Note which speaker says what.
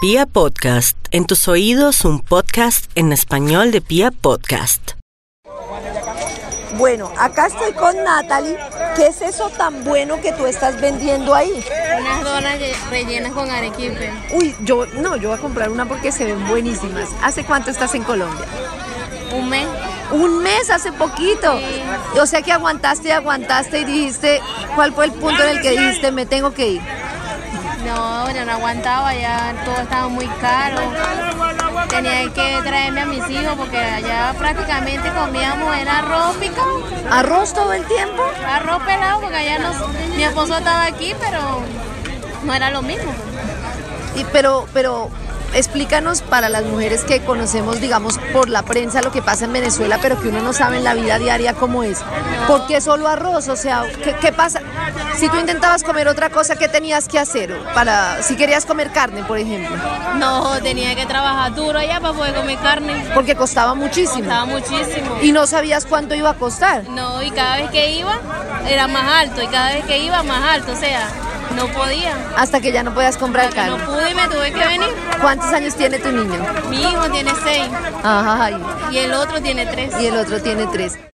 Speaker 1: Pia Podcast, en tus oídos un podcast en español de Pia Podcast.
Speaker 2: Bueno, acá estoy con Natalie. ¿Qué es eso tan bueno que tú estás vendiendo ahí?
Speaker 3: Unas donas ye- rellenas con arequipe.
Speaker 2: Uy, yo no, yo voy a comprar una porque se ven buenísimas. ¿Hace cuánto estás en Colombia?
Speaker 3: Un mes.
Speaker 2: Un mes, hace poquito.
Speaker 3: Sí.
Speaker 2: O sea que aguantaste y aguantaste y dijiste, ¿cuál fue el punto en el que dijiste, me tengo que ir?
Speaker 3: No, ya no aguantaba, ya todo estaba muy caro. Tenía que traerme a mis hijos porque allá prácticamente comíamos era arroz picado,
Speaker 2: ¿Arroz todo el tiempo?
Speaker 3: arroz pelado, porque allá no, mi esposo estaba aquí, pero no era lo mismo.
Speaker 2: Y, pero, pero explícanos para las mujeres que conocemos, digamos, por la prensa lo que pasa en Venezuela, pero que uno no sabe en la vida diaria cómo es. ¿Por qué solo arroz? O sea, ¿qué, qué pasa? Si tú intentabas comer otra cosa, ¿qué tenías que hacer? Para, si querías comer carne, por ejemplo,
Speaker 3: No, tenía que trabajar duro allá para poder comer carne.
Speaker 2: porque costaba muchísimo.
Speaker 3: Costaba muchísimo.
Speaker 2: Y no sabías cuánto iba a costar.
Speaker 3: No, y cada vez que iba era más alto, y cada vez que iba más alto, o sea, no podía.
Speaker 2: Hasta que ya no podías comprar
Speaker 3: No
Speaker 2: carne.
Speaker 3: pude y me tuve que venir.
Speaker 2: ¿Cuántos años tiene tu niño?
Speaker 3: Mi hijo tiene seis
Speaker 2: Ay,
Speaker 3: y el otro tiene tres.
Speaker 2: y el otro tiene tres.